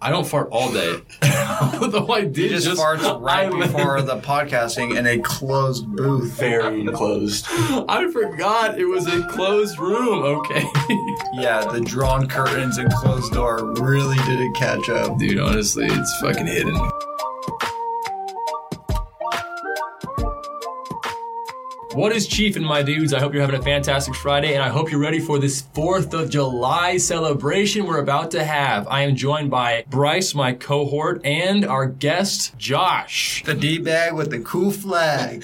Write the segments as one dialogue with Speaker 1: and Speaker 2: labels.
Speaker 1: I don't fart all day. Although I did
Speaker 2: He just, farts right before the podcasting in a closed booth.
Speaker 3: Very enclosed.
Speaker 1: I forgot it was a closed room. Okay,
Speaker 2: Yeah, the drawn curtains and closed door really didn't catch up.
Speaker 1: dude. Honestly, it's fucking hidden. What is Chief and my dudes? I hope you're having a fantastic Friday, and I hope you're ready for this 4th of July celebration we're about to have. I am joined by Bryce, my cohort, and our guest, Josh.
Speaker 2: The D bag with the cool flag.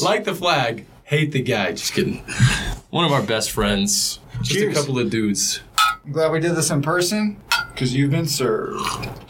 Speaker 1: Like the flag, hate the guy. Just kidding. One of our best friends. Just
Speaker 3: Cheers.
Speaker 1: a couple of dudes.
Speaker 2: I'm glad we did this in person because you've been served.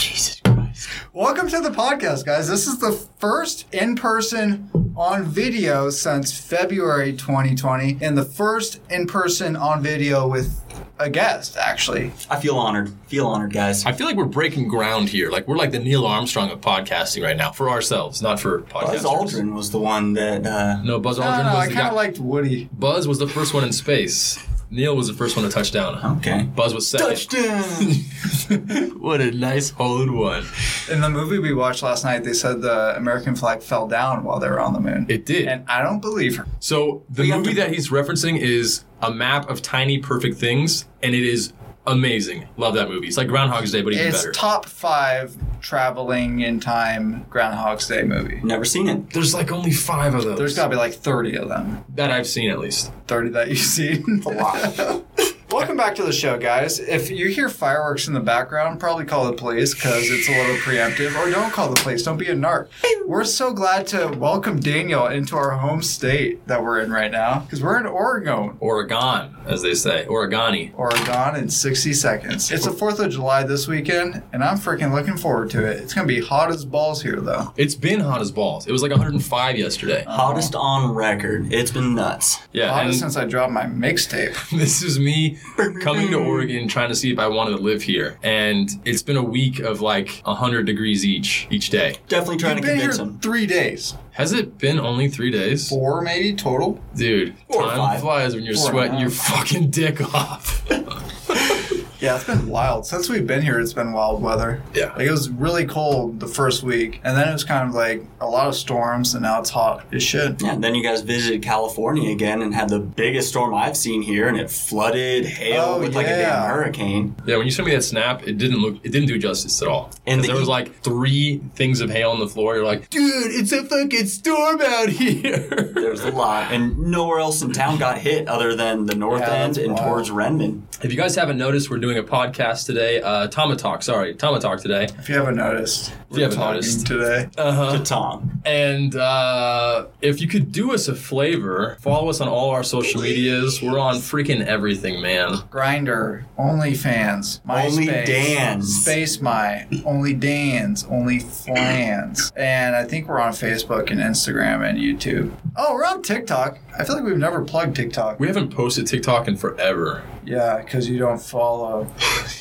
Speaker 3: Jesus Christ.
Speaker 2: Welcome to the podcast, guys. This is the first in person on video since February 2020, and the first in person on video with a guest, actually.
Speaker 3: I feel honored. Feel honored, guys.
Speaker 1: I feel like we're breaking ground here. Like we're like the Neil Armstrong of podcasting right now for ourselves, not for podcasters.
Speaker 3: Buzz Aldrin was the one that. Uh,
Speaker 1: No, Buzz
Speaker 2: No,
Speaker 1: Aldrin
Speaker 2: no,
Speaker 1: was
Speaker 2: I
Speaker 1: the
Speaker 2: kind
Speaker 1: guy.
Speaker 2: of liked Woody.
Speaker 1: Buzz was the first one in space. Neil was the first one to touch down.
Speaker 3: okay.
Speaker 1: Buzz was second.
Speaker 3: Touchdown!
Speaker 1: What a nice hole one.
Speaker 2: In the movie we watched last night, they said the American flag fell down while they were on the moon.
Speaker 1: It did.
Speaker 2: And I don't believe her.
Speaker 1: So the
Speaker 3: We have
Speaker 1: movie
Speaker 3: to-
Speaker 1: that he's referencing is a map of tiny perfect things, and it is amazing. Love that movie. It's like Groundhog's Day, but even
Speaker 2: It's
Speaker 1: better.
Speaker 2: top five traveling in time Groundhog's Day movie.
Speaker 3: Never seen it.
Speaker 1: There's like only five of those
Speaker 2: There's got to be like 30 of them.
Speaker 1: that I've seen at least.
Speaker 2: 30 that you've seen. Welcome back to the show, guys. If you hear fireworks in the background, probably call the police because it's a little preemptive, or don't call the police. Don't be a narc. We're so glad to welcome Daniel into our home state that we're in right now because we're in Oregon.
Speaker 1: Oregon, as they say, Oregani.
Speaker 2: Oregon in 60 seconds. It's the 4th of July this weekend, and I'm freaking looking forward to it. It's going to be hot as balls here, though.
Speaker 1: It's been hot as balls. It was like 105 yesterday.
Speaker 3: Hottest on record. It's been nuts.
Speaker 1: Yeah,
Speaker 2: Hot
Speaker 1: and
Speaker 2: since I dropped my mixtape.
Speaker 1: this is me coming to Oregon trying to see if I wanted to live here. And it's been a week of like 100 degrees each each day.
Speaker 3: Definitely trying
Speaker 2: I've
Speaker 3: to
Speaker 2: been here
Speaker 3: convince him.
Speaker 2: three days.
Speaker 1: Has it been only 3 days?
Speaker 2: Four, maybe, total.
Speaker 1: Dude,
Speaker 3: Four or
Speaker 1: time
Speaker 3: five.
Speaker 1: flies when you're
Speaker 2: Four and a
Speaker 1: sweating
Speaker 2: half.
Speaker 1: your fucking dick off.
Speaker 2: Yeah, it's been wild. Since we've been here, it's been wild weather.
Speaker 1: Yeah.
Speaker 2: Like, it was really cold the first week, and then it was kind of like a lot of storms, and now it's hot as shit.
Speaker 3: Yeah, and then you guys visited California again and had the biggest storm I've seen here, and it flooded, hail
Speaker 2: Oh,
Speaker 3: with like a
Speaker 2: yeah.
Speaker 3: damn hurricane.
Speaker 1: yeah, when you sent me that snap, it didn't look it didn't do justice at all.
Speaker 3: And
Speaker 1: And
Speaker 3: the
Speaker 1: there was
Speaker 3: heat-
Speaker 1: like 3 things of hail on the floor. You're like, "Dude, it's a fucking storm out here."
Speaker 3: There's a lot, and nowhere else in town got hit other than the north
Speaker 2: Yeah,
Speaker 3: end
Speaker 2: that's
Speaker 3: and
Speaker 2: wild.
Speaker 3: towards Renman.
Speaker 1: If you guys haven't noticed, we're doing a podcast today, uh, Tama Talk, sorry, Tama Talk today.
Speaker 2: If you haven't noticed, we're
Speaker 1: haven't
Speaker 2: talking
Speaker 1: noticed.
Speaker 2: today.
Speaker 3: To Tom,
Speaker 1: And uh, if you could do us a flavor, follow us on all our social medias. We're on freaking everything, man.
Speaker 2: Grinder, OnlyFans, MySpace,
Speaker 3: Only Dan's.
Speaker 2: Space My, Only Dan's, Only Flans, and I think we're on Facebook and Instagram and YouTube. Oh, we're on TikTok. I feel like we've never plugged TikTok.
Speaker 1: We haven't posted TikTok in forever.
Speaker 2: Yeah, because you don't follow.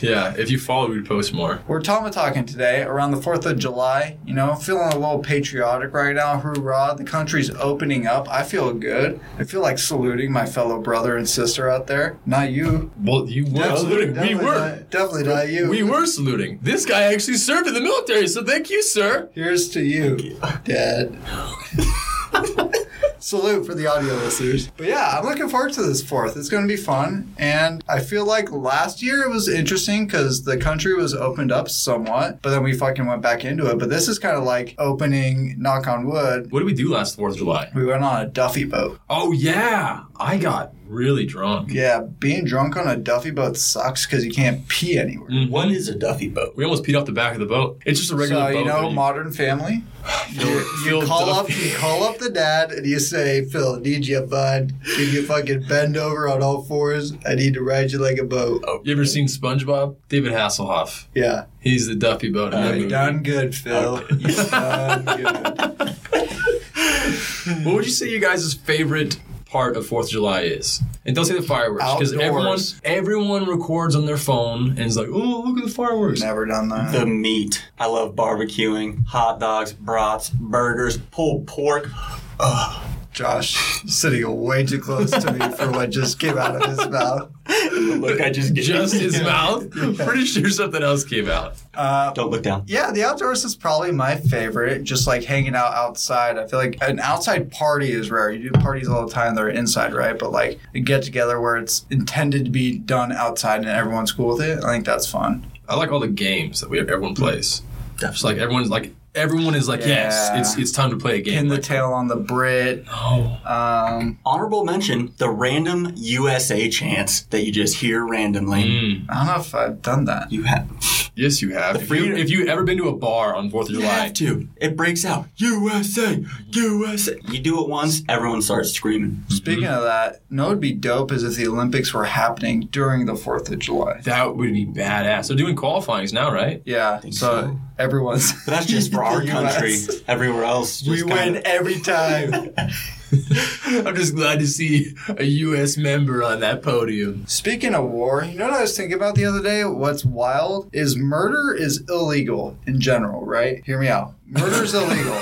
Speaker 1: Yeah, if you follow, we post more.
Speaker 2: We're Tama talking today around the 4th of July. You know, feeling a little patriotic right now. Hoorah. The country's opening up. I feel good. I feel like saluting my fellow brother and sister out there. Not you.
Speaker 1: Well, you were saluting. We
Speaker 2: Definitely
Speaker 1: were.
Speaker 2: Not, definitely not you.
Speaker 1: We were saluting. This guy actually served in the military, so thank you, sir.
Speaker 2: Here's to you, Dad. Salute for the audio listeners. But yeah, I'm looking forward to this fourth. It's going to be fun. And I feel like last year it was interesting because the country was opened up somewhat, but then we fucking went back into it. But this is kind of like opening, knock on wood.
Speaker 1: What did we do last 4th of July?
Speaker 2: We went on a Duffy boat.
Speaker 1: Oh, yeah. I got really drunk.
Speaker 2: Yeah, being drunk on a Duffy boat sucks because you can't pee anywhere.
Speaker 1: Mhm.
Speaker 3: what is a Duffy boat?
Speaker 1: We almost peed off the back of the boat. It's just a regular
Speaker 2: so
Speaker 1: boat.
Speaker 2: you know,
Speaker 1: that
Speaker 2: Modern Family. You, you
Speaker 1: Phil
Speaker 2: call up,
Speaker 1: Duffy.
Speaker 2: you call up the dad, and you say, "Phil, I need you, bud. Can you fucking bend over on all fours? I need to ride you like a boat."
Speaker 1: you ever seen SpongeBob? David Hasselhoff.
Speaker 2: Yeah,
Speaker 1: He's the Duffy boat. in that
Speaker 2: you've
Speaker 1: movie.
Speaker 2: Uh, done good, Phil. You've done good.
Speaker 1: What would you say your guys' favorite part of Fourth of July is? And don't say the fireworks because everyone
Speaker 2: Outdoors.
Speaker 1: everyone records on their phone and is like, "Oh, look at the fireworks!"
Speaker 2: Never done that.
Speaker 3: The meat. I love barbecuing, hot dogs, brats, burgers, pulled pork.
Speaker 2: Josh sitting way too close to me for what just came out of his mouth.
Speaker 3: the look I just gave.
Speaker 1: Just
Speaker 3: you.
Speaker 1: his mouth. Pretty sure something else came out.
Speaker 2: Uh,
Speaker 3: Don't look down.
Speaker 2: yeah, the outdoors is probably my favorite. Just like hanging out outside. I feel like an outside party is rare. You do parties all the time that are inside, right? But like a get together where it's intended to be done outside and everyone's cool with it. I think that's fun.
Speaker 1: I like all the games that we have. Everyone plays. It's like everyone's like everyone is like yes,
Speaker 2: Yeah.
Speaker 1: it's it's time to play a game.
Speaker 2: Pin the
Speaker 1: Like,
Speaker 2: tail on the Brit.
Speaker 1: oh,
Speaker 2: Um,
Speaker 3: Honorable mention: the random USA chants that you just hear
Speaker 2: Oh.
Speaker 3: randomly.
Speaker 1: mm.
Speaker 2: I don't know if I've done that.
Speaker 3: You have,
Speaker 1: yes, you have. If, you,
Speaker 3: freedom-
Speaker 1: if you ever been to a bar on Fourth of
Speaker 3: you
Speaker 1: July,
Speaker 3: have to. It breaks out USA, USA. You do it once, everyone starts screaming.
Speaker 2: Speaking of that, you know what would be dope is if the Olympics were happening during the 4th of July.
Speaker 1: that would be badass. They're doing qualifyings now, right?
Speaker 2: Yeah, so,
Speaker 3: think so.
Speaker 2: everyone's.
Speaker 3: But that's just for our
Speaker 2: the
Speaker 3: country.
Speaker 2: US.
Speaker 3: Everywhere else,
Speaker 2: We
Speaker 3: just kinda-
Speaker 2: win every time.
Speaker 1: I'm just glad to see a U.S. member on that podium.
Speaker 2: Speaking of war, you know what I was thinking about the other day? What's wild is murder is illegal in general, right? Hear me out. Murder is illegal.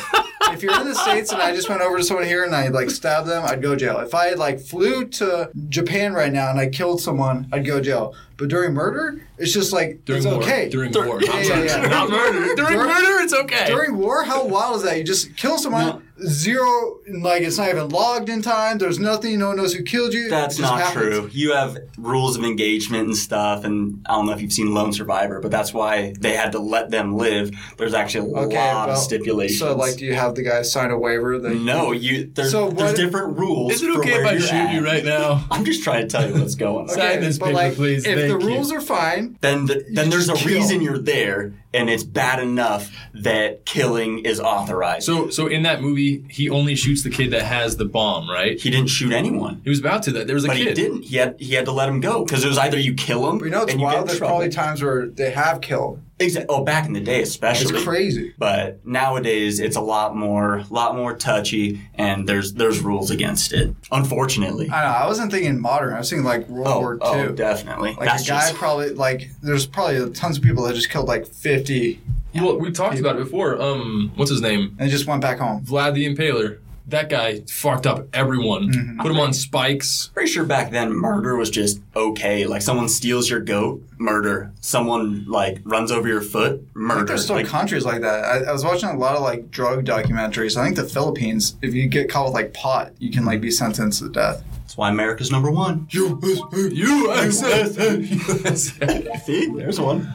Speaker 2: if you're in the States and I just went over to someone here and I like stabbed them, I'd go to jail. If I like flew to Japan right now and I killed someone, I'd go to jail. But during murder, it's just like
Speaker 1: During
Speaker 2: it's
Speaker 1: war,
Speaker 2: okay.
Speaker 1: during
Speaker 3: Dur-
Speaker 1: war,
Speaker 3: Yeah,
Speaker 1: not,
Speaker 2: yeah, yeah.
Speaker 1: not murder. During
Speaker 2: Dur-
Speaker 1: murder, it's okay.
Speaker 2: During war, how wild is that? You just kill someone, zero, like it's not even logged in time. There's nothing. No one knows who killed you.
Speaker 3: That's
Speaker 2: It just
Speaker 3: not
Speaker 2: happens.
Speaker 3: true. You have rules of engagement and stuff, and I don't know if you've seen Lone Survivor, but that's why they had to let them live. There's actually a
Speaker 2: Okay,
Speaker 3: lot
Speaker 2: well,
Speaker 3: of stipulations.
Speaker 2: So, like, do you have the guy sign a waiver? That
Speaker 3: no, you there's,
Speaker 2: So
Speaker 3: there's
Speaker 2: what-
Speaker 3: different rules.
Speaker 1: Is it
Speaker 3: for
Speaker 1: okay if
Speaker 3: where
Speaker 1: I
Speaker 3: you're
Speaker 1: shoot
Speaker 3: at.
Speaker 1: you right now?
Speaker 3: I'm just trying to tell you what's going on.
Speaker 1: Okay. Sign this
Speaker 2: but
Speaker 1: paper,
Speaker 2: like,
Speaker 1: please.
Speaker 2: if the
Speaker 1: Thank you.
Speaker 2: rules are fine,
Speaker 3: Then, the, then there's a
Speaker 2: just kill.
Speaker 3: reason you're there, and it's bad enough that killing is authorized.
Speaker 1: So, so in that movie, he only shoots the kid that has the bomb, right?
Speaker 3: he didn't shoot anyone,
Speaker 1: He was about to. That there was a
Speaker 3: but
Speaker 1: kid.
Speaker 3: he didn't. He had he had to let him go because it was either you kill him
Speaker 2: but you know, it's
Speaker 3: and you
Speaker 2: wild.
Speaker 3: get in
Speaker 2: There's
Speaker 3: trouble.
Speaker 2: probably times where they have killed.
Speaker 3: Exa- Oh, back in the day,
Speaker 2: It's
Speaker 3: especially.
Speaker 2: crazy.
Speaker 3: but nowadays it's a lot more lot more touchy and there's there's rules against it unfortunately
Speaker 2: I know. I wasn't thinking modern. I was thinking like World
Speaker 3: oh,
Speaker 2: War II.
Speaker 3: oh, definitely
Speaker 2: Like
Speaker 3: that's
Speaker 2: a guy
Speaker 3: just
Speaker 2: probably like there's probably tons of people that just killed like 50
Speaker 1: Well, we talked about it before. Um, what's his name?
Speaker 2: and just went back home.
Speaker 1: Vlad the Impaler. That guy fucked up everyone. Put him on spikes.
Speaker 3: pretty sure back then murder was just okay like someone steals your goat murder someone like runs over your foot
Speaker 2: I think
Speaker 3: murder
Speaker 2: there's still
Speaker 3: like,
Speaker 2: countries like that. I, I was watching a lot of like drug documentaries. I think the Philippines, if you get caught with like pot, you can like be sentenced to death.
Speaker 3: that's why america's number one
Speaker 1: USA, USA.
Speaker 3: see there's one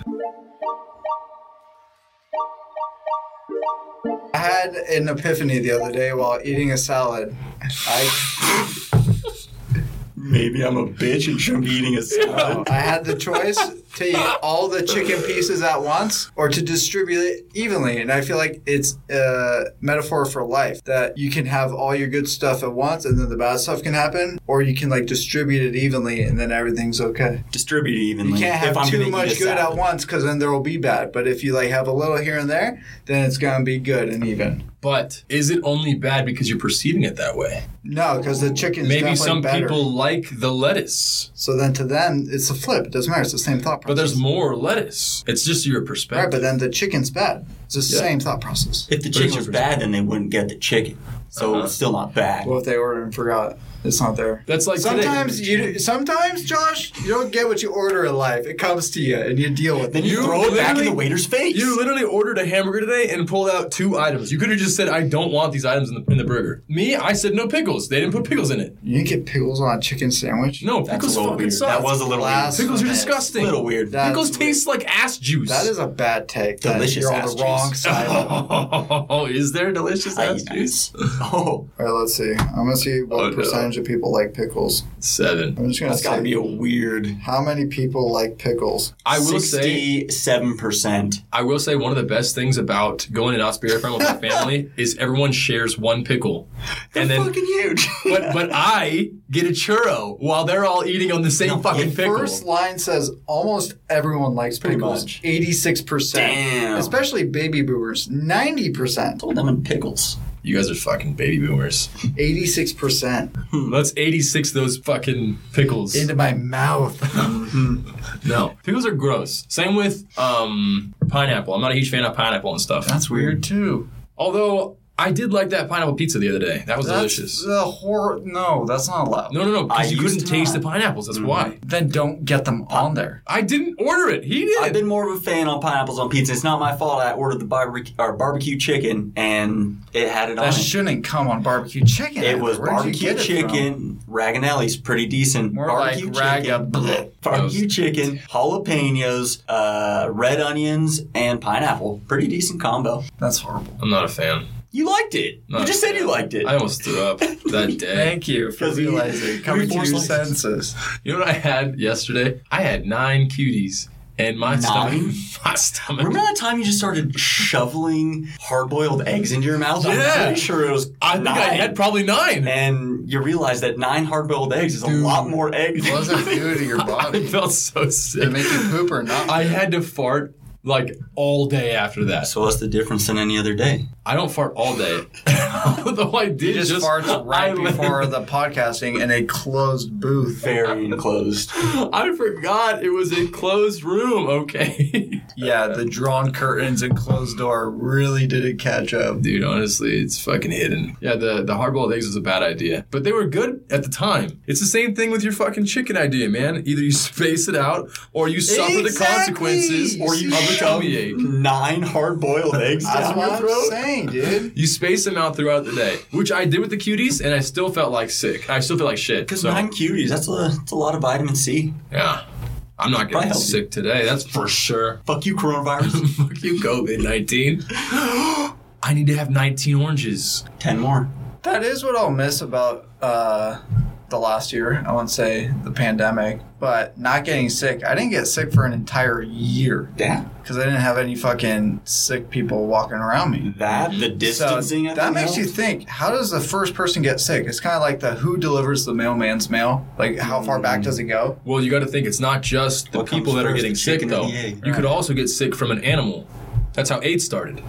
Speaker 2: I had an epiphany the other day while eating a salad. I,
Speaker 3: maybe i'm a bitch and shouldn't be eating a salad
Speaker 2: I had the choice to eat all the chicken pieces at once or to distribute it evenly. And I feel like it's a metaphor for life that you can have all your good stuff at once and then the bad stuff can happen, or you can like distribute it evenly and then everything's okay.
Speaker 3: distribute it evenly
Speaker 2: You can't
Speaker 3: if I'm
Speaker 2: have
Speaker 3: gonna
Speaker 2: too
Speaker 3: eat a
Speaker 2: much good at
Speaker 3: salad.
Speaker 2: once because then there will be bad. But if you like have a little here and there, then it's going to be good and even.
Speaker 1: but is it only bad because you're perceiving it that way?
Speaker 2: No, because the chicken's
Speaker 1: Maybe
Speaker 2: definitely
Speaker 1: some
Speaker 2: better.
Speaker 1: people like the lettuce,
Speaker 2: So then to them, it's a flip. It doesn't matter. It's the same thought process.
Speaker 1: but there's more lettuce. It's just your
Speaker 2: Right,
Speaker 1: perspective.
Speaker 2: but then the chicken's bad. It's the
Speaker 1: Yeah.
Speaker 2: same thought process.
Speaker 3: if the
Speaker 1: But it's
Speaker 3: chicken was
Speaker 1: your
Speaker 3: bad then they wouldn't get the chicken so
Speaker 1: Uh-huh.
Speaker 3: it's still not bad
Speaker 2: Well, if they ordered and forgot, it's not there.
Speaker 1: That's like today.
Speaker 2: Sometimes you, sometimes Josh, you don't get what you order in life. It comes to you, and you deal with
Speaker 3: Then
Speaker 2: it.
Speaker 3: you,
Speaker 1: You
Speaker 3: throw it back in the
Speaker 1: literally-
Speaker 3: waiter's face.
Speaker 1: You literally ordered a hamburger today and pulled out two items. You could have just said, "I don't want these items in the, in the burger." Me, I said no pickles. They didn't put pickles in it.
Speaker 2: You didn't get pickles on a chicken sandwich.
Speaker 1: No
Speaker 3: That's
Speaker 1: pickles.
Speaker 3: a little
Speaker 1: fucking
Speaker 3: weird.
Speaker 1: suck.
Speaker 3: That was a little
Speaker 2: Last-
Speaker 3: weird.
Speaker 1: pickles are
Speaker 2: That's
Speaker 1: disgusting.
Speaker 3: little weird.
Speaker 2: That-
Speaker 1: Pickles
Speaker 2: That's
Speaker 1: taste like ass juice.
Speaker 2: That is a bad take. that
Speaker 3: Delicious
Speaker 2: You're on
Speaker 3: ass
Speaker 2: the wrong
Speaker 3: juice.
Speaker 2: side. of it.
Speaker 1: Oh, is there delicious
Speaker 3: I-
Speaker 1: ass juice?
Speaker 3: Oh,
Speaker 2: All right, let's see. I'm gonna see what
Speaker 1: Oh, no.
Speaker 2: percentage of people like pickles.
Speaker 1: Seven.
Speaker 2: I'm just gonna
Speaker 3: that's got to
Speaker 2: say
Speaker 3: be a weird.
Speaker 2: how many people like pickles.
Speaker 1: I will say,
Speaker 3: sixty-seven percent.
Speaker 1: I will say, one of the best things about going to Osprey Farm with my family is everyone shares one pickle, and then.
Speaker 3: fucking huge.
Speaker 1: But but I get a churro while they're all eating on the same fucking pickle.
Speaker 2: First line says almost everyone likes pickles.
Speaker 3: much.
Speaker 2: 86%.
Speaker 3: Damn.
Speaker 2: Especially baby boomers. 90%.
Speaker 3: Told them in pickles.
Speaker 1: You guys are fucking baby boomers. Hmm,
Speaker 2: 86%.
Speaker 1: Let's 86 those fucking pickles.
Speaker 2: Into my mouth.
Speaker 1: no, pickles are gross. Same with um, pineapple. I'm not a huge fan of pineapple and stuff.
Speaker 2: That's weird too.
Speaker 1: Although I did like that pineapple pizza the other day. That was
Speaker 2: That's
Speaker 1: delicious.
Speaker 2: The horror. No, that's not allowed.
Speaker 1: No, no, no,
Speaker 3: I
Speaker 1: because you
Speaker 3: used
Speaker 1: couldn't
Speaker 3: to
Speaker 1: taste
Speaker 3: not. Mm-hmm.
Speaker 1: the pineapples. That's why.
Speaker 2: Then don't get them on there.
Speaker 1: I didn't order it. He did.
Speaker 3: I've been more of a fan on pineapples on pizza. It's not my fault. I ordered the barbecue, or barbecue chicken, and it had it on
Speaker 2: That
Speaker 3: it.
Speaker 2: shouldn't come on barbecue chicken.
Speaker 3: It was
Speaker 2: Where'd you
Speaker 3: barbecue
Speaker 2: get it from?
Speaker 3: chicken. Raganelli's pretty decent.
Speaker 2: More
Speaker 3: barbecue
Speaker 2: like raga
Speaker 3: chicken.
Speaker 2: bleh.
Speaker 3: Barbecue chicken, jalapenos, uh, red onions, and pineapple. Pretty decent combo.
Speaker 2: That's horrible.
Speaker 1: I'm not a fan.
Speaker 3: You liked it.
Speaker 1: No.
Speaker 3: you just said you liked it.
Speaker 1: I almost threw up that day.
Speaker 2: Thank you for
Speaker 3: 'Cause we-
Speaker 2: realizing.
Speaker 3: we
Speaker 2: Coming to your
Speaker 3: forced license.
Speaker 2: senses.
Speaker 1: You know what I had yesterday? I had nine cuties, and my
Speaker 3: Nine?
Speaker 1: stomach, my stomach.
Speaker 3: Remember that time you just started shoveling hard-boiled eggs into your mouth?
Speaker 1: Yeah.
Speaker 3: I'm pretty sure it was
Speaker 1: I think I
Speaker 3: nine.
Speaker 1: had probably nine.
Speaker 3: and you realize that nine hard-boiled eggs is
Speaker 2: Dude,
Speaker 3: a lot more eggs.
Speaker 2: It wasn't good to your
Speaker 1: I
Speaker 2: body.
Speaker 1: felt so
Speaker 2: It
Speaker 1: sick.
Speaker 2: make you poop or not.
Speaker 1: I had to fart like all day after that.
Speaker 3: So what's the difference than any other day?
Speaker 1: I don't fart all day, although I did
Speaker 2: He just, farts
Speaker 1: I
Speaker 2: right
Speaker 1: let-
Speaker 2: before the podcasting in a closed booth.
Speaker 3: Very enclosed.
Speaker 1: I forgot it was a closed room. Okay,
Speaker 2: Yeah, the drawn curtains and closed door really didn't catch up.
Speaker 1: dude. Honestly, it's fucking hidden. Yeah, the the hard-boiled eggs was a bad idea, but they were good at the time. It's the same thing with your fucking chicken idea, man. Either you space it out, or you suffer the
Speaker 2: Exactly.
Speaker 1: consequences, or you
Speaker 2: Shove
Speaker 1: have a tummy ache.
Speaker 3: Nine hard-boiled eggs
Speaker 2: That's
Speaker 3: down
Speaker 2: what
Speaker 3: your throat.
Speaker 2: I'm saying, dude.
Speaker 1: You space them out throughout the day, which I did with the cuties, and I still felt like sick. I still feel like shit.
Speaker 3: Because
Speaker 1: so,
Speaker 3: nine cuties, that's a, that's a lot of vitamin C.
Speaker 1: yeah, I'm not
Speaker 3: Probably
Speaker 1: getting
Speaker 3: healthy.
Speaker 1: sick today. That's for sure.
Speaker 3: Fuck you, coronavirus.
Speaker 1: Fuck you, COVID nineteen. I need to have 19 oranges.
Speaker 3: Ten more.
Speaker 2: That is what I'll miss about uh, the last year. I won't say the pandemic, but not getting sick. I didn't get sick for an entire year
Speaker 3: Yeah.
Speaker 2: because I didn't have any fucking sick people walking around me.
Speaker 3: That, the
Speaker 2: So
Speaker 3: distancing. I
Speaker 2: that
Speaker 3: think
Speaker 2: makes you
Speaker 3: helped.
Speaker 2: think. How does the first person get sick? It's kind of like the who delivers the mailman's mail. Like how far back does it go?
Speaker 1: Well, you got to think it's not just the
Speaker 3: What comes
Speaker 1: people that are
Speaker 3: first,
Speaker 1: getting
Speaker 3: the
Speaker 1: sick,
Speaker 3: chicken or
Speaker 1: though.
Speaker 3: the egg?
Speaker 1: You could also get sick from an animal. That's how AIDS started.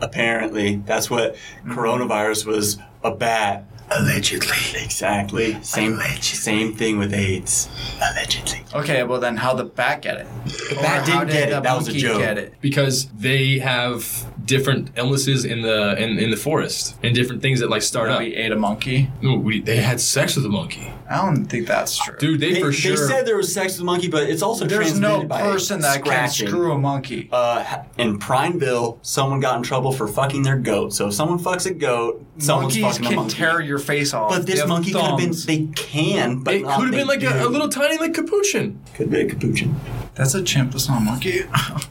Speaker 3: Apparently, that's what
Speaker 2: Mm-hmm.
Speaker 3: coronavirus was a bat. Allegedly. Exactly. Same same thing with AIDS. Allegedly.
Speaker 2: Okay, well then how the bat get it?
Speaker 3: The
Speaker 2: Or
Speaker 3: bat
Speaker 2: how
Speaker 3: didn't get
Speaker 2: did the
Speaker 3: it. That was a
Speaker 2: monkey
Speaker 3: joke.
Speaker 2: Get it?
Speaker 1: because they have different illnesses in the in, in the forest and different things that like start up.
Speaker 2: We ate a monkey.
Speaker 1: No, we, they had sex with a monkey,
Speaker 2: I don't think that's true.
Speaker 1: dude. They,
Speaker 3: They,
Speaker 1: for
Speaker 3: they
Speaker 1: sure.
Speaker 3: said there was sex with monkey, but it's also
Speaker 2: There's
Speaker 3: transmitted
Speaker 2: no
Speaker 3: by
Speaker 2: person that
Speaker 3: scratching.
Speaker 2: can screw a monkey.
Speaker 3: Uh, in Prineville, someone got in trouble for fucking their goat. So if someone fucks a goat, someone's
Speaker 2: Monkeys
Speaker 3: fucking
Speaker 2: can
Speaker 3: a monkey.
Speaker 2: tear your face off.
Speaker 3: but
Speaker 2: They
Speaker 3: this
Speaker 2: have
Speaker 3: monkey could have been.
Speaker 2: thumbs.
Speaker 3: They can, but
Speaker 1: it
Speaker 3: not
Speaker 1: could have
Speaker 3: they
Speaker 1: been like a, a
Speaker 3: do.
Speaker 1: little tiny like capuchin.
Speaker 3: Could be a capuchin.
Speaker 2: That's a chimp. That's not a monkey.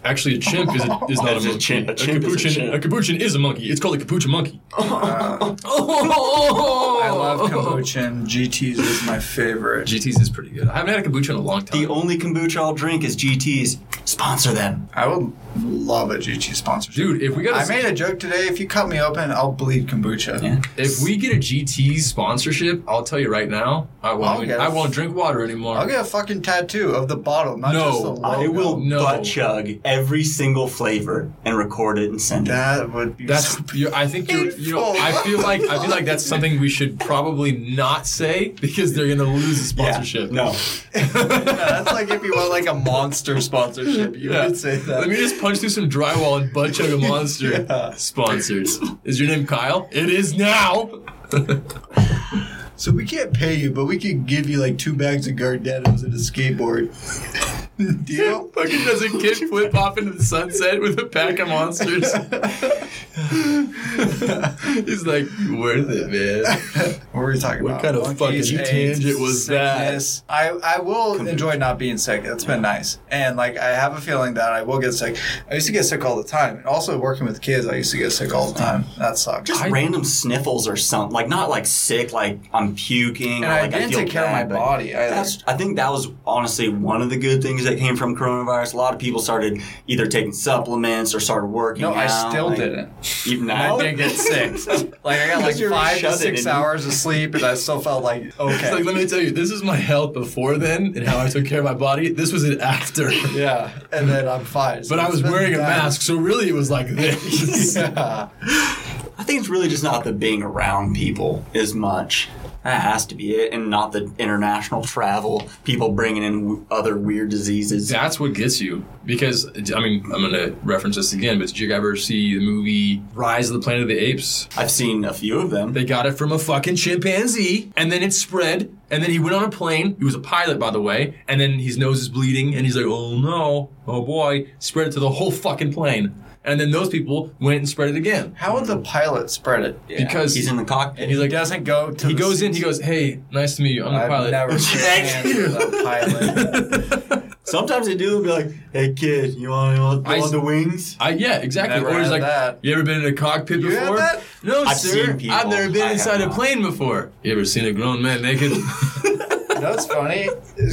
Speaker 1: Actually, a chimp is, a, is not a
Speaker 3: It's a
Speaker 1: monkey.
Speaker 3: chimp- a chimp is a
Speaker 1: capuchin,
Speaker 3: chimp.
Speaker 1: capuchin is a monkey. It's called a capuchin monkey. oh,
Speaker 2: I love kombucha. GT's is my favorite.
Speaker 1: GT's is pretty good. I haven't had a kombucha in a long time.
Speaker 3: The only kombucha I'll drink is GT's. Sponsor them.
Speaker 2: I would love a GT sponsorship.
Speaker 1: Dude, if we got a,
Speaker 2: I made a joke today. If you cut me open, I'll bleed kombucha.
Speaker 3: Yeah.
Speaker 1: if we get a GT sponsorship, I'll tell you right now, I
Speaker 2: I'll
Speaker 1: won't.
Speaker 2: get
Speaker 1: I
Speaker 2: it.
Speaker 1: won't drink water anymore.
Speaker 2: I'll get a fucking tattoo of the bottle, not
Speaker 1: No,
Speaker 2: just the
Speaker 1: I
Speaker 2: logo.
Speaker 3: I will
Speaker 1: no.
Speaker 3: butt chug every single flavor and record it and send it.
Speaker 2: That would be.
Speaker 1: That's
Speaker 2: so-
Speaker 1: you I think you're, you know, I feel like I feel like that's something we should probably not say because they're gonna lose the
Speaker 3: Yeah.
Speaker 1: sponsorship.
Speaker 3: No.
Speaker 2: Yeah, that's like if you want like a monster sponsorship, you
Speaker 1: Yeah.
Speaker 2: would say that.
Speaker 1: Let me just punch through some drywall and butt chug a monster. Sponsored. Is your name Kyle? It is now.
Speaker 2: So we can't pay you, but we could give you like two bags of Gardettos and a skateboard. Deal?
Speaker 1: Fucking does a kid flip off into the sunset with a pack of monsters. He's like, worth it, man.
Speaker 2: What were we talking
Speaker 1: What
Speaker 2: about?
Speaker 1: kind of
Speaker 2: Monkeys,
Speaker 1: fucking
Speaker 2: AIDS,
Speaker 1: tangent was that?
Speaker 2: sickness. I, I will enjoy not being sick. It's been nice. And like I have a feeling that I will get sick. I used to get sick all the time. And also working with kids, I used to get sick all the time. That sucks.
Speaker 3: Just
Speaker 1: I-
Speaker 3: random sniffles or something. Like not like sick, like I'm puking.
Speaker 2: and
Speaker 3: or,
Speaker 2: I
Speaker 3: like,
Speaker 2: didn't
Speaker 3: feel
Speaker 2: take care of my
Speaker 3: bad, but
Speaker 2: body either.
Speaker 3: That's, I think that was honestly one of the good things that came from coronavirus. A lot of people started either taking supplements or started working.
Speaker 2: no, I
Speaker 3: out,
Speaker 2: still
Speaker 3: like,
Speaker 2: didn't.
Speaker 3: Even
Speaker 2: I
Speaker 3: now,
Speaker 2: didn't get sick. Like I got like
Speaker 3: Because you were
Speaker 2: five to
Speaker 3: shut it,
Speaker 2: six
Speaker 3: didn't you?
Speaker 2: hours of sleep, and I still felt like okay.
Speaker 1: It's like, let me tell you, this is my health before then and how I took care of my body. This was it after.
Speaker 2: yeah, and then I'm fine. So
Speaker 1: But I
Speaker 2: it's
Speaker 1: was
Speaker 2: been
Speaker 1: wearing a
Speaker 2: bad.
Speaker 1: mask, so really it was like this.
Speaker 2: Yeah.
Speaker 3: I think it's really just not the being around people as much. That has to be it, and not the international travel, people bringing in w- other weird diseases.
Speaker 1: That's what gets you. Because, I mean, I'm going to reference this again, but did you ever see the movie Rise of the Planet of the Apes?
Speaker 3: I've seen a few of them.
Speaker 1: They got it from a fucking chimpanzee, and then it spread, and then he went on a plane. He was a pilot, by the way, and then his nose is bleeding, and he's like, oh no, oh boy, spread it to the whole fucking plane. And then those people went and spread it again.
Speaker 2: How would the pilot spread it?
Speaker 3: Yeah,
Speaker 1: because-
Speaker 3: he's in the cockpit.
Speaker 1: He's
Speaker 2: He
Speaker 1: like,
Speaker 2: doesn't go to.
Speaker 1: he
Speaker 2: the
Speaker 1: goes in, he goes, hey, nice to meet you, I'm the
Speaker 2: I've
Speaker 1: pilot.
Speaker 2: never shook
Speaker 3: Thank
Speaker 2: hands
Speaker 3: you.
Speaker 2: with a pilot.
Speaker 3: Sometimes they do. They'll be like, "Hey kid, you want, you want, you
Speaker 1: I-
Speaker 3: want the wings?"
Speaker 1: I, yeah, exactly.
Speaker 2: Never
Speaker 1: or he's
Speaker 2: had
Speaker 1: like,
Speaker 2: that.
Speaker 1: you ever been in a cockpit
Speaker 2: You had
Speaker 1: before?
Speaker 2: that?
Speaker 1: No,
Speaker 3: I've
Speaker 1: sir.
Speaker 3: seen
Speaker 1: I've
Speaker 3: people.
Speaker 1: never been
Speaker 3: I have
Speaker 1: inside a
Speaker 3: not."
Speaker 1: plane before. You ever seen a grown man naked?
Speaker 2: That's funny.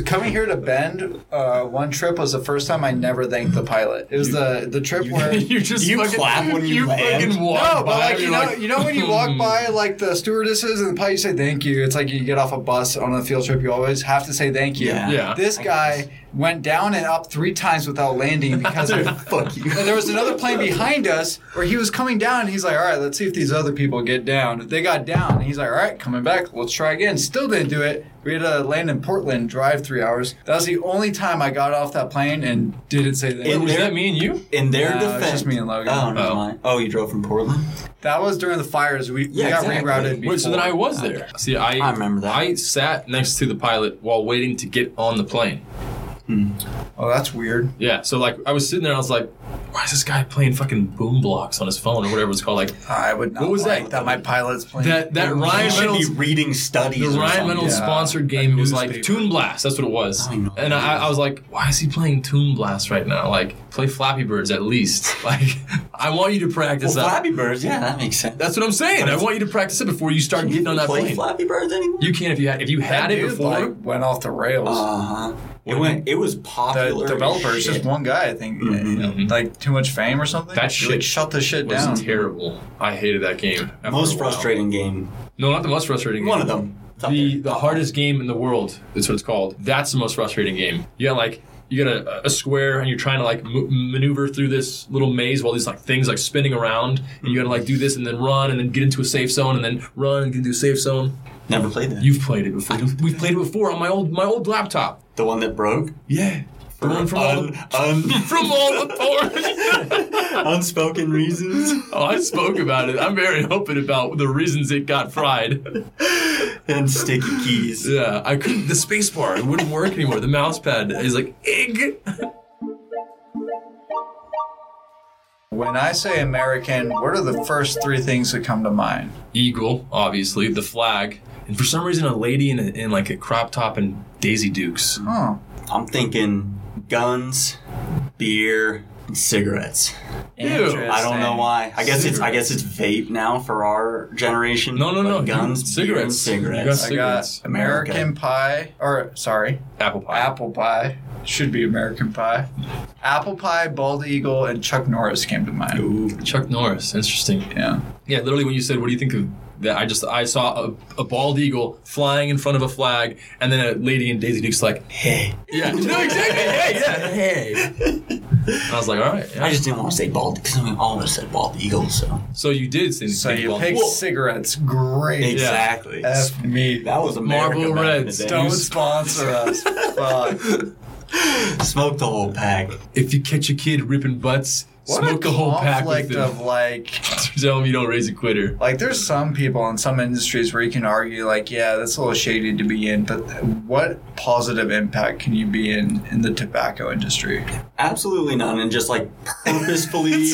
Speaker 2: Coming here to Bend, uh, one trip was the first time I never thanked the pilot. It was the the trip where
Speaker 1: you just
Speaker 3: You
Speaker 1: fucking,
Speaker 3: clap when you land?
Speaker 1: fucking walk by
Speaker 2: No, but like
Speaker 1: and
Speaker 2: you
Speaker 1: you're
Speaker 2: know,
Speaker 1: like, "Hmm,
Speaker 2: you know when you walk by like the stewardesses and the pilot, you say thank you. It's like you get off a bus on a field trip, you always have to say thank you.
Speaker 3: Yeah.
Speaker 1: Yeah.
Speaker 2: This
Speaker 3: I
Speaker 2: guy
Speaker 3: guess.
Speaker 2: went down and up three times without landing because of.
Speaker 3: Fuck you.
Speaker 2: And there was another plane behind us where he was coming down. And he's like, "All right, let's see if these other people get down." They got down, and he's like, "All right, coming back. Let's try again." Still didn't do it. We had to land in Portland, drive three hours. That was the only time I got off that plane and didn't say thank
Speaker 3: It
Speaker 2: you.
Speaker 1: Was
Speaker 3: there-
Speaker 1: that me and you?
Speaker 3: In their
Speaker 2: No, it's
Speaker 3: defense,
Speaker 2: just me and Logan.
Speaker 3: Oh, no,
Speaker 1: Oh.
Speaker 3: mine. oh, you drove from Portland.
Speaker 2: That was during the fires. We, we
Speaker 3: Yeah,
Speaker 2: got
Speaker 3: exactly.
Speaker 2: rerouted.
Speaker 3: Wait,
Speaker 2: Before.
Speaker 1: Wait, so then I was there. See, I
Speaker 3: I remember that.
Speaker 1: I sat next to the pilot while waiting to get on the plane.
Speaker 2: Oh, that's weird.
Speaker 1: Yeah, so like I was sitting there, and I was like, why is this guy playing fucking boom blocks on his phone or whatever it's called? Like
Speaker 2: I would not
Speaker 1: What was
Speaker 2: like
Speaker 1: that?
Speaker 2: that? my pilot's plane.
Speaker 1: that that Ryan
Speaker 3: You should
Speaker 1: Reynolds.
Speaker 3: be reading studies.
Speaker 1: The
Speaker 3: or
Speaker 1: Ryan
Speaker 3: something.
Speaker 1: Reynolds
Speaker 2: Yeah.
Speaker 1: sponsored game was like
Speaker 2: newspaper.
Speaker 1: Toon Blast. That's what it was.
Speaker 3: I know.
Speaker 1: And I, I was like, why is he playing Toon Blast right now? Like, play Flappy Birds at least. Like, I want you to practice
Speaker 3: Well,
Speaker 1: that.
Speaker 3: Flappy Birds. Yeah, that makes sense.
Speaker 1: That's what I'm saying. I want you to practice it before you start getting on that
Speaker 3: play
Speaker 1: plane.
Speaker 3: Flappy Birds anymore?
Speaker 1: You can if you had if you had it
Speaker 2: dude,
Speaker 1: before.
Speaker 2: like, went off the rails.
Speaker 3: uh huh. It
Speaker 1: What?
Speaker 3: went. It was
Speaker 2: the
Speaker 3: popular.
Speaker 2: developer
Speaker 3: as
Speaker 2: is
Speaker 3: shit.
Speaker 2: just one guy, I think.
Speaker 1: Mhm.
Speaker 2: Like too much fame or something.
Speaker 1: That
Speaker 2: Like,
Speaker 1: shit
Speaker 2: shut the shit
Speaker 1: was
Speaker 2: down.
Speaker 1: terrible. I hated that game. after a
Speaker 3: most
Speaker 1: while.
Speaker 3: frustrating game.
Speaker 1: No, not the most frustrating.
Speaker 3: One
Speaker 1: game.
Speaker 3: of them. It's up
Speaker 1: The
Speaker 3: there.
Speaker 1: the hardest game in the world. That's what it's called. That's the most frustrating game. You got like you got a, a square and you're trying to like m- maneuver through this little maze while these like things like spinning around and you got to like do this and then run and then get into a safe zone and then run and get into a safe zone.
Speaker 3: Never played that.
Speaker 1: You've played it before. We've played it before on my old my old laptop.
Speaker 3: the one that broke.
Speaker 1: Yeah. The one from all the,
Speaker 3: Un- un-
Speaker 1: from all the porn.
Speaker 3: unspoken reasons.
Speaker 1: Oh, I spoke about it. I'm very open about the reasons it got fried.
Speaker 3: and sticky keys.
Speaker 1: Yeah, I couldn't. The space bar it wouldn't work anymore. The mouse pad is like ig.
Speaker 2: When I say American, what are the first three things that come to mind?
Speaker 1: Eagle, obviously the flag, and for some reason a lady in, a, in like a crop top and Daisy Dukes.
Speaker 2: Oh,
Speaker 3: I'm thinking guns, beer, and cigarettes.
Speaker 2: interesting.
Speaker 3: I don't know why. I guess it's I guess it's vape now for our generation.
Speaker 1: No, no,
Speaker 3: but
Speaker 1: no.
Speaker 3: Guns, beer, and
Speaker 1: Cigarettes. You got
Speaker 3: cigarettes.
Speaker 2: I
Speaker 1: Cigarettes.
Speaker 2: got American
Speaker 3: America.
Speaker 2: pie, or sorry,
Speaker 1: Apple pie.
Speaker 2: apple pie. Should be American pie. Apple pie, bald eagle, and Chuck Norris came to mind.
Speaker 1: Chuck Norris. Interesting.
Speaker 2: Yeah.
Speaker 1: Yeah, literally when you said, "What do you think of that?" I just I saw a, a bald eagle flying in front of a flag, and then a lady in Daisy Dukes like,
Speaker 3: Hey,
Speaker 1: "Yeah, no, exactly, hey, yeah, hey." And I was like, "All right." yeah."
Speaker 3: I just didn't want to say bald because I mean, all of us said bald eagle. So
Speaker 1: So you did think
Speaker 2: So
Speaker 1: think
Speaker 2: you
Speaker 1: bald-
Speaker 2: picked
Speaker 1: Whoa.
Speaker 2: cigarettes. Great.
Speaker 3: exactly.
Speaker 2: F me.
Speaker 3: That was America
Speaker 1: Marlboro
Speaker 3: back in
Speaker 1: Reds,
Speaker 3: the day.
Speaker 2: Don't sponsor us. Fuck.
Speaker 3: Smoked the whole pack.
Speaker 1: if you catch a kid ripping butts,
Speaker 2: What
Speaker 1: smoke a, whole pack with
Speaker 2: conflict
Speaker 1: them.
Speaker 2: of like,
Speaker 1: Tell him you don't raise a quitter.
Speaker 2: like there's some people in some industries where you can argue like, yeah, that's a little shady to be in, but what positive impact can you be in in the tobacco industry?
Speaker 3: Absolutely none, and just like purposefully,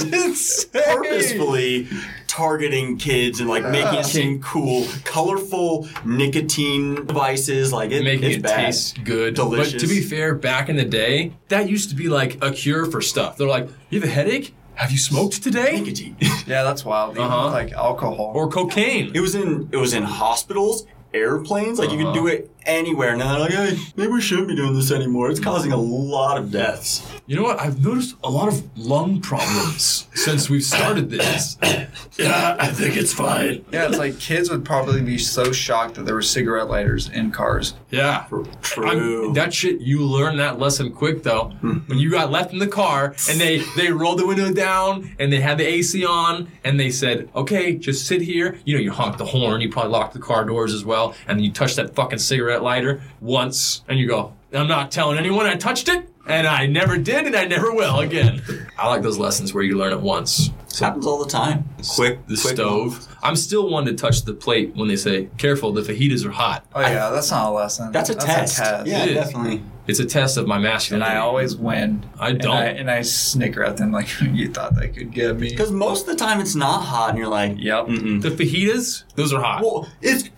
Speaker 3: purposefully targeting kids and like making it seem cool, colorful nicotine devices. Like it,
Speaker 1: Make
Speaker 3: it's
Speaker 1: it
Speaker 3: bad.
Speaker 1: taste good. But
Speaker 3: Delicious.
Speaker 1: to be fair, back in the day, that used to be like a cure for stuff. They're like, you have a headache? Have you smoked today?
Speaker 3: nicotine.
Speaker 2: Yeah, that's wild. Even
Speaker 1: Uh-huh.
Speaker 2: with, like alcohol.
Speaker 1: Or cocaine?
Speaker 3: it was in it was in hospitals, airplanes. Like you could
Speaker 1: Uh-huh.
Speaker 3: do it anywhere. And they're like, hey, maybe we shouldn't be doing this anymore. It's causing a lot of deaths.
Speaker 1: You know what? I've noticed a lot of lung problems since we've started this.
Speaker 3: Yeah, I think it's fine.
Speaker 2: Yeah, it's like kids would probably be so shocked that there were cigarette lighters in cars.
Speaker 1: Yeah.
Speaker 3: True.
Speaker 1: I'm, that shit, you learn that lesson quick though. when you got left in the car and they they rolled the window down and they had the AC on and they said, "Okay, just sit here." You know, you honk the horn. You probably lock the car doors as well, and you touch that fucking cigarette lighter once, and you go, "I'm not telling anyone I touched it." And I never did, and I never will again. I like those lessons where you learn it once.
Speaker 3: It happens all the time. Quick,
Speaker 1: The
Speaker 3: quick
Speaker 1: stove. I'm still one to touch the plate when they say, "Careful, the fajitas are hot."
Speaker 2: Oh yeah, that's not a lesson.
Speaker 3: That's a test. Yeah,
Speaker 1: It is.
Speaker 3: definitely.
Speaker 1: It's a test of my
Speaker 2: And
Speaker 1: masculinity.
Speaker 2: I always win.
Speaker 1: I
Speaker 2: And
Speaker 1: don't.
Speaker 2: I, and I snicker at them like, you thought they could get me.
Speaker 3: Because most of the time it's not hot, and you're like,
Speaker 2: Yep.
Speaker 3: Mm-mm.
Speaker 1: The fajitas, those are hot.
Speaker 3: Well, it's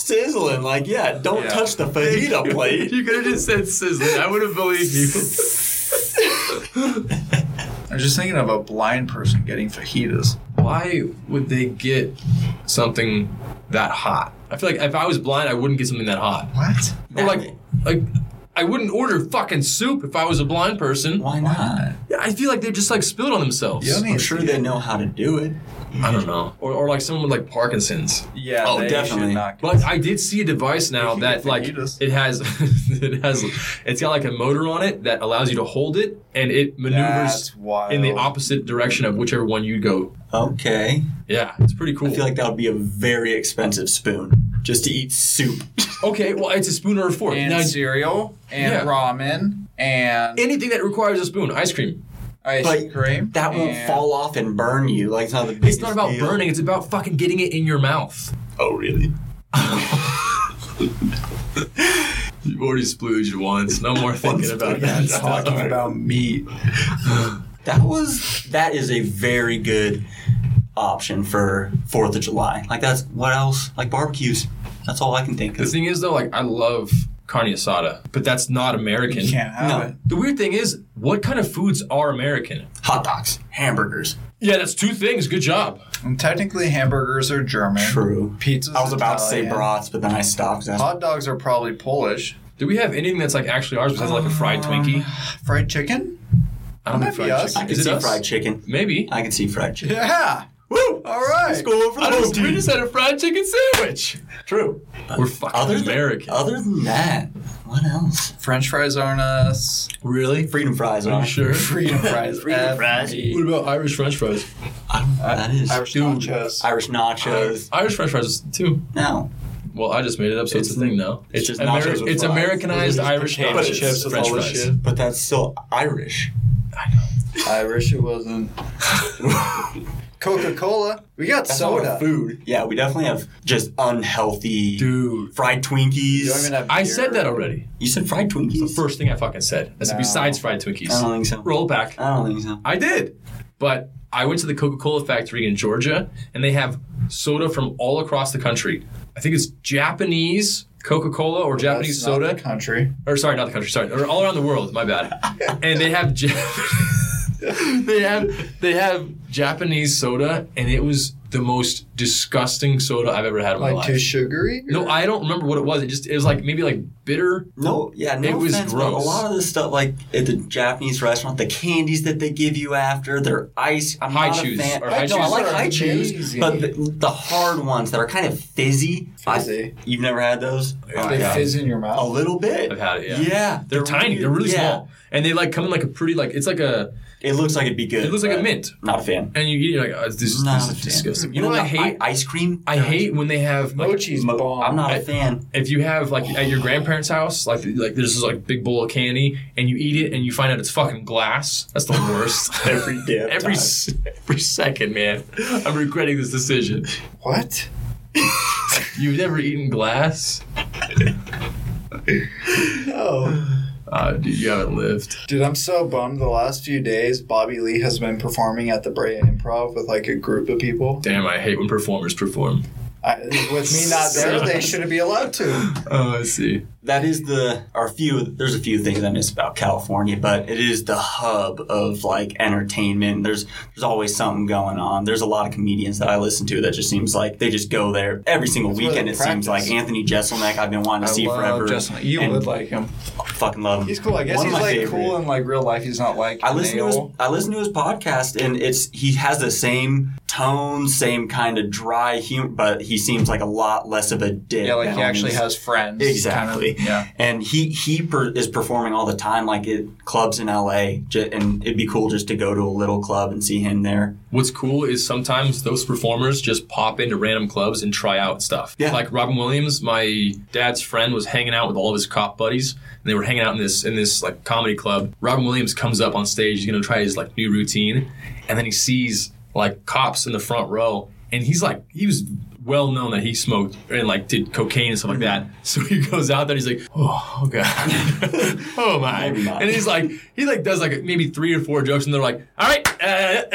Speaker 3: sizzling. Like, yeah, don't
Speaker 2: Yeah.
Speaker 3: touch the fajita plate.
Speaker 1: you could have just said sizzling. I would have believed you.
Speaker 2: I was just thinking of a blind person getting fajitas.
Speaker 1: Why would they get something that hot? I feel like if I was blind, I wouldn't get something that hot.
Speaker 2: What?
Speaker 1: Or like, like I wouldn't order fucking soup if I was a blind person.
Speaker 3: Why not?
Speaker 1: Yeah, I feel like they just like spilled on themselves.
Speaker 2: You don't need
Speaker 3: I'm
Speaker 2: to
Speaker 3: sure
Speaker 2: see
Speaker 3: they
Speaker 2: it.
Speaker 3: know how to do it.
Speaker 1: I don't know. Or, or like someone with like Parkinson's.
Speaker 2: Yeah.
Speaker 3: Oh,
Speaker 2: they should
Speaker 3: definitely.
Speaker 2: not get-
Speaker 1: But I did see a device now
Speaker 2: can
Speaker 1: that
Speaker 2: get
Speaker 1: like
Speaker 2: fajitas.
Speaker 1: it has it has it's got like a motor on it that allows you to hold it and it maneuvers
Speaker 2: That's wild.
Speaker 1: in the opposite direction of whichever one you go.
Speaker 3: Okay.
Speaker 1: Yeah, it's pretty cool.
Speaker 3: I feel like that would be a very expensive spoon just to eat soup.
Speaker 1: okay, well it's a spoon or a fork.
Speaker 2: and
Speaker 1: Now,
Speaker 2: cereal and
Speaker 1: Yeah.
Speaker 2: ramen and
Speaker 1: anything that requires a spoon, ice cream.
Speaker 2: ice
Speaker 3: but
Speaker 2: cream.
Speaker 3: That won't
Speaker 2: and-
Speaker 3: fall off and burn you. Like it's not the
Speaker 1: It's
Speaker 3: biggest
Speaker 1: not about
Speaker 3: deal.
Speaker 1: burning, it's about fucking getting it in your mouth.
Speaker 3: Oh, really?
Speaker 1: You've already splooged once. No more thinking about
Speaker 2: Yeah,
Speaker 1: that.
Speaker 2: it's talking about meat.
Speaker 3: That was that is a very good option for Fourth of July. Like that's what else? Like barbecues. That's all I can think
Speaker 1: The
Speaker 3: of.
Speaker 1: thing is though, like I love carne asada, but that's not American.
Speaker 2: You can't have
Speaker 3: No.
Speaker 2: it.
Speaker 1: The weird thing is, what kind of foods are American?
Speaker 3: Hot dogs, hamburgers.
Speaker 1: Yeah, that's two things. Good job.
Speaker 2: And technically, hamburgers are German.
Speaker 3: True.
Speaker 2: Pizza's
Speaker 3: I was about to say
Speaker 2: Italian.
Speaker 3: brats, but then I stopped. 'cause that's-
Speaker 2: Hot dogs are probably Polish.
Speaker 1: Do we have anything that's like actually ours besides like a fried
Speaker 3: Um,
Speaker 1: Twinkie?
Speaker 2: Fried chicken?
Speaker 1: I don't
Speaker 2: might
Speaker 1: think
Speaker 2: be
Speaker 1: fried
Speaker 2: us.
Speaker 1: chicken.
Speaker 3: I can
Speaker 1: Is it
Speaker 3: see
Speaker 1: us?
Speaker 3: fried chicken.
Speaker 1: Maybe.
Speaker 3: I can see fried chicken.
Speaker 2: Yeah.
Speaker 3: Woo!
Speaker 2: All right.
Speaker 3: go for
Speaker 1: I just, we just had a fried chicken sandwich.
Speaker 3: True.
Speaker 1: We're fucking
Speaker 3: Other than, uh,
Speaker 1: American.
Speaker 3: other than that, what else?
Speaker 2: French fries aren't us.
Speaker 1: really?
Speaker 3: Freedom fries.
Speaker 1: Are
Speaker 3: Are
Speaker 1: you sure?
Speaker 2: Freedom fries. F-
Speaker 1: What about Irish French fries?
Speaker 3: I don't know what that is.
Speaker 2: Irish nachos.
Speaker 3: Irish nachos.
Speaker 1: Irish French fries is too.
Speaker 3: No.
Speaker 1: Well, I just made it up, so it's,
Speaker 3: It's-
Speaker 1: a thing now.
Speaker 3: it's
Speaker 1: It's
Speaker 3: just
Speaker 1: Ameri-
Speaker 3: nachos with
Speaker 1: It's
Speaker 3: fries.
Speaker 1: Americanized
Speaker 2: It's
Speaker 1: Irish
Speaker 2: potato
Speaker 1: nachos,
Speaker 2: chips with
Speaker 1: French
Speaker 2: all this
Speaker 1: fries.
Speaker 2: shit.
Speaker 3: But that's still Irish.
Speaker 2: I wish it wasn't. Coca Cola. We got
Speaker 3: That's not
Speaker 2: soda.
Speaker 3: food. Yeah, we definitely have just unhealthy
Speaker 1: Dude,
Speaker 3: fried Twinkies.
Speaker 2: You don't even have
Speaker 1: I
Speaker 2: beer.
Speaker 1: said that already.
Speaker 3: You said fried Twinkies?
Speaker 1: The first thing I fucking said. I said
Speaker 2: No.
Speaker 1: besides fried Twinkies.
Speaker 3: I don't think so.
Speaker 1: Roll back.
Speaker 3: I don't think so.
Speaker 1: I did. But I went to the Coca Cola factory in Georgia and they have soda from all across the country. I think it's Japanese Coca Cola or
Speaker 2: That's
Speaker 1: Japanese
Speaker 2: not
Speaker 1: soda.
Speaker 2: the country.
Speaker 1: or sorry, not the country, sorry, or all around the world, my bad. And they have. Jap- they have they have Japanese soda, and it was the most disgusting soda I've ever had in my
Speaker 2: Like too
Speaker 1: life.
Speaker 2: sugary?
Speaker 1: No, I don't remember what it was. It just it was like maybe like bitter.
Speaker 3: No, yeah, no
Speaker 1: It was
Speaker 3: offense, but
Speaker 1: gross.
Speaker 3: a lot of this stuff, like at the Japanese restaurant, the candies that they give you after, they're ice. I'm
Speaker 1: High
Speaker 3: not a
Speaker 1: chews.
Speaker 3: fan-
Speaker 1: Or
Speaker 3: I-
Speaker 1: high
Speaker 3: no, I
Speaker 1: chews
Speaker 3: like
Speaker 2: are
Speaker 3: high chews,
Speaker 2: amazing.
Speaker 3: but the, the hard ones that are kind of fizzy. I-
Speaker 2: Fizzy.
Speaker 3: you've never had those? Oh,
Speaker 2: they
Speaker 3: yeah.
Speaker 2: fizz in your
Speaker 3: A
Speaker 2: mouth.
Speaker 3: little bit.
Speaker 1: I've had it. Yeah,
Speaker 3: Yeah,
Speaker 1: they're, tiny. They're really
Speaker 3: yeah.
Speaker 1: small, and they like come in like a pretty like it's like a
Speaker 3: It looks like it'd be good.
Speaker 1: it looks like a
Speaker 3: but
Speaker 1: mint,
Speaker 3: Not a fan.
Speaker 1: and you eat it you're like oh, this, is
Speaker 3: Not
Speaker 1: this
Speaker 3: a
Speaker 1: is
Speaker 3: fan.
Speaker 1: disgusting. You know
Speaker 3: And
Speaker 1: what I
Speaker 3: then the
Speaker 1: hate?
Speaker 3: i- ice cream.
Speaker 1: I hate when they have like
Speaker 2: Mochi's
Speaker 3: Mo-
Speaker 2: bomb.
Speaker 3: I'm not a
Speaker 1: I-
Speaker 3: fan.
Speaker 1: if you have like at your grandparents' house, like like there's this like big bowl of candy, and you eat it, and you find out it's fucking glass. That's the worst.
Speaker 3: Every damn
Speaker 1: every
Speaker 3: time.
Speaker 1: s- every second, man. I'm regretting this decision.
Speaker 2: What?
Speaker 1: You've never eaten glass,
Speaker 2: No.
Speaker 1: uh, dude. You haven't lived.
Speaker 2: Dude, I'm so bummed. The last few days, Bobby Lee has been performing at the Brea Improv with like a group of people.
Speaker 1: Damn, I hate when performers perform.
Speaker 2: I, with me not there, they shouldn't be allowed to.
Speaker 1: Oh, I see.
Speaker 3: that is the or a few there's a few things I miss about California, but it is the hub of like entertainment. There's there's always something going on. There's a lot of comedians that I listen to that just seems like they just go there every single
Speaker 2: That's where
Speaker 3: weekend.
Speaker 2: they
Speaker 3: It seems like
Speaker 2: practice.
Speaker 3: Anthony Jeselnik I've been wanting to see
Speaker 2: love
Speaker 3: forever.
Speaker 2: Justin. You
Speaker 3: and
Speaker 2: would like him.
Speaker 3: fucking love him.
Speaker 2: He's cool. I guess
Speaker 3: One of
Speaker 2: he's
Speaker 3: my
Speaker 2: like
Speaker 3: favorite.
Speaker 2: cool in like real life. He's not like
Speaker 3: I listen to his
Speaker 2: an
Speaker 3: I listen to his podcast and it's he has the same tone, same kind of dry humor, but he seems like a lot less of a
Speaker 2: a-hole.
Speaker 3: dick.
Speaker 2: Yeah, like
Speaker 3: than
Speaker 2: he
Speaker 3: all
Speaker 2: actually
Speaker 3: these-
Speaker 2: has friends.
Speaker 3: Exactly.
Speaker 2: Kind of, yeah.
Speaker 3: And he he per, is performing all the time, like at clubs in L.A. J- and it'd be cool just to go to a little club and see him there.
Speaker 1: What's cool is sometimes those performers just pop into random clubs and try out stuff.
Speaker 3: Yeah.
Speaker 1: Like Robin Williams, my dad's friend was hanging out with all of his cop buddies, and they were hanging out in this in this like comedy club. Robin Williams comes up on stage, he's gonna try his like new routine, and then he sees like cops in the front row, and he's like he was well known that he smoked and like did cocaine and stuff like that. So he goes out there, he's like, oh, oh god, oh my,
Speaker 3: Maybe not.
Speaker 1: and he's like he like does like maybe three or four jokes, and they're like, all right, uh,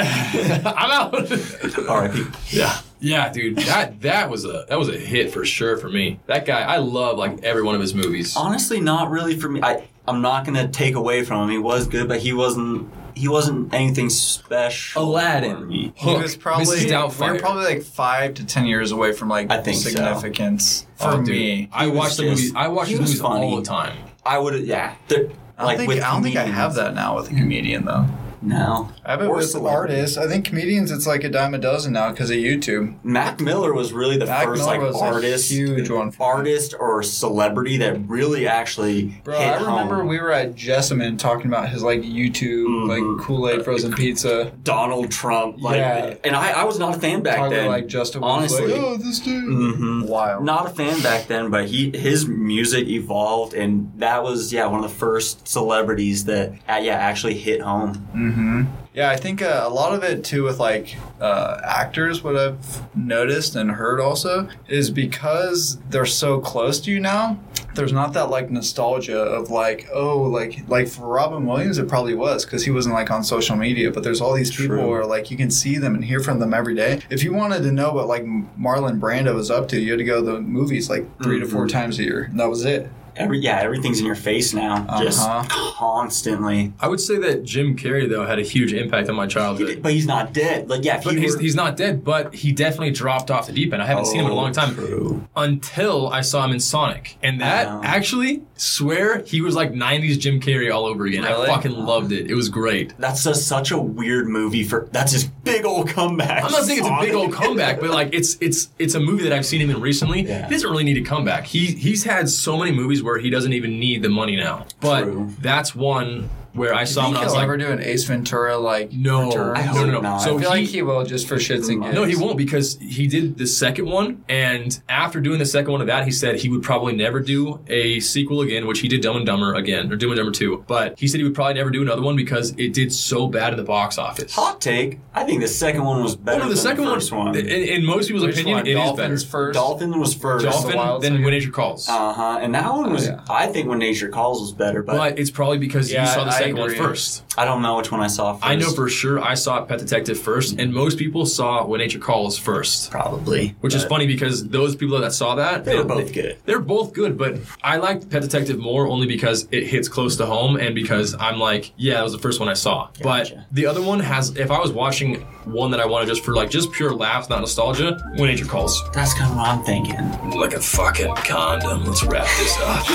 Speaker 1: I'm out.
Speaker 3: R.I.P.
Speaker 1: Yeah. Yeah, dude. That that was a that was a hit for sure for me. That guy, I love like every one of his movies.
Speaker 3: Honestly, not really for me. I I'm not gonna take away from him. He was good, but he wasn't he wasn't anything special.
Speaker 1: Aladdin.
Speaker 3: for me.
Speaker 1: Hook,
Speaker 2: he was probably
Speaker 1: Mrs. Doubtfire.
Speaker 2: we were probably like five to ten years away from like
Speaker 3: I think so.
Speaker 2: significance for
Speaker 1: Oh, dude.
Speaker 2: me.
Speaker 1: I
Speaker 3: was
Speaker 1: watch the
Speaker 3: just-
Speaker 1: movies. I watch
Speaker 3: he
Speaker 1: the
Speaker 3: was
Speaker 1: movies
Speaker 3: funny.
Speaker 1: all the time.
Speaker 3: I would yeah. They're-
Speaker 2: I don't, think, I don't think I have
Speaker 3: comedians.
Speaker 2: that now with a comedian though.
Speaker 3: No.
Speaker 2: I bet
Speaker 3: Or
Speaker 2: with
Speaker 3: celebrity.
Speaker 2: artists, I think comedians, it's like a dime a dozen now because of YouTube.
Speaker 3: Mac Miller was really the
Speaker 2: Mac
Speaker 3: first
Speaker 2: Miller
Speaker 3: like
Speaker 2: was a
Speaker 3: artist,
Speaker 2: huge one for me.
Speaker 3: artist or celebrity that really actually
Speaker 2: Bro,
Speaker 3: hit
Speaker 2: I remember
Speaker 3: home.
Speaker 2: we were at Jessamine talking about his like YouTube,
Speaker 3: Mhm.
Speaker 2: like Kool Aid frozen pizza.
Speaker 3: Donald Trump, like,
Speaker 2: Yeah.
Speaker 3: and I, I was not a fan back
Speaker 2: Talking
Speaker 3: then.
Speaker 2: about, like Justin was
Speaker 3: honestly,
Speaker 2: like, oh, this dude,
Speaker 3: Mhm.
Speaker 2: wild.
Speaker 3: not a fan back then, but he his music evolved, and that was yeah one of the first celebrities that uh, yeah actually hit home.
Speaker 2: hmm
Speaker 1: Mm-hmm.
Speaker 2: Yeah, I think uh, a lot of it too with like uh, actors, what I've noticed and heard also is because they're so close to you now. There's not that like nostalgia of like oh like like for Robin Williams it probably was because he wasn't like on social media but there's all these people
Speaker 3: True.
Speaker 2: where like you can see them and hear from them every day. If you wanted to know what like Marlon Brando was up to, you had to go to the movies like 3 to
Speaker 1: Mm-hmm.
Speaker 2: four times a year. And that was it.
Speaker 3: Every yeah everything's in your face now, just
Speaker 2: Uh-huh.
Speaker 3: constantly.
Speaker 1: I would say that Jim Carrey though had a huge impact on my
Speaker 3: He did-
Speaker 1: childhood.
Speaker 3: but he's not dead. Like yeah, if
Speaker 1: But
Speaker 3: he
Speaker 1: he's,
Speaker 3: were-
Speaker 1: he's not dead, but he definitely dropped off the deep end. I haven't seen him in a
Speaker 3: Oh,
Speaker 1: long time.
Speaker 3: True.
Speaker 1: until I saw him in Sonic. And that
Speaker 3: Wow.
Speaker 1: actually, swear, he was like 90s Jim Carrey all over again. I
Speaker 2: Really?
Speaker 1: fucking loved it. It was great.
Speaker 3: That's just such a weird movie for. That's his big old comeback.
Speaker 1: I'm not saying it's a big old comeback, but like it's it's it's a movie that I've seen him in recently.
Speaker 3: Yeah.
Speaker 1: He doesn't really need a comeback. He he's had so many movies where he doesn't even need the money now. But
Speaker 3: True.
Speaker 1: that's one where I saw him
Speaker 2: I think
Speaker 1: and I
Speaker 2: he'll
Speaker 1: was like,
Speaker 2: ever do an Ace Ventura like
Speaker 1: no, no,
Speaker 2: return.
Speaker 3: I hope
Speaker 1: no, no, no.
Speaker 3: not.
Speaker 1: So
Speaker 2: I feel
Speaker 1: he,
Speaker 2: like he will just for shits and gigs.
Speaker 1: No, he won't because he did the second one, and after doing the second one of that, he said he would probably never do a sequel again, which he did Dumb and Dumber again, or Dumb and Dumber 2. But he said he would probably never do another one because it did so bad in the box office.
Speaker 3: Hot take. I think the second one was better.
Speaker 1: Oh, no, the
Speaker 3: than
Speaker 1: second
Speaker 3: the first one.
Speaker 1: in, in most people's
Speaker 2: Which
Speaker 1: opinion,
Speaker 2: one?
Speaker 1: it is
Speaker 2: Dolphins
Speaker 1: better.
Speaker 2: first.
Speaker 3: Dolphin was first.
Speaker 1: Dolphin,
Speaker 2: Wild
Speaker 1: then
Speaker 2: Tiger.
Speaker 1: When Nature Calls.
Speaker 3: Uh huh. And that one was.
Speaker 2: yeah.
Speaker 3: I think When Nature Calls was better, but,
Speaker 1: but it's probably because
Speaker 2: Yeah,
Speaker 1: you saw the
Speaker 2: I
Speaker 1: second one
Speaker 2: agree.
Speaker 1: first.
Speaker 3: I don't know which one I saw first.
Speaker 1: I know for sure I saw Pet Detective first, and most people saw When Nature Calls first.
Speaker 3: probably,
Speaker 1: Which is
Speaker 3: but
Speaker 1: funny because those people that saw that
Speaker 3: They were both good.
Speaker 1: They're both good, but I liked Pet Detective more only because it hits close to home and because I'm like, yeah, that was the first one I saw.
Speaker 3: Gotcha.
Speaker 1: But the other one has, if I was watching one that I wanted just for like just pure laughs, not nostalgia, When Nature Calls.
Speaker 3: That's kind of what I'm thinking.
Speaker 1: Like a fucking condom. Let's wrap this up.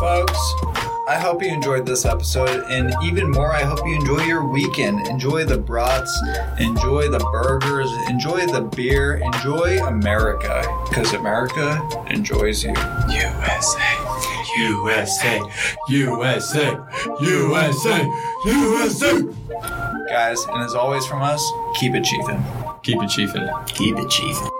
Speaker 2: folks. I hope you enjoyed this episode, and even more, I hope you enjoy your weekend. Enjoy the brats, enjoy the burgers, enjoy the beer, enjoy America, because America enjoys you.
Speaker 3: USA, USA, USA, USA.
Speaker 2: Guys, and as always from us, keep achieving.
Speaker 1: Keep it chiefin'.
Speaker 3: Keep it, chief.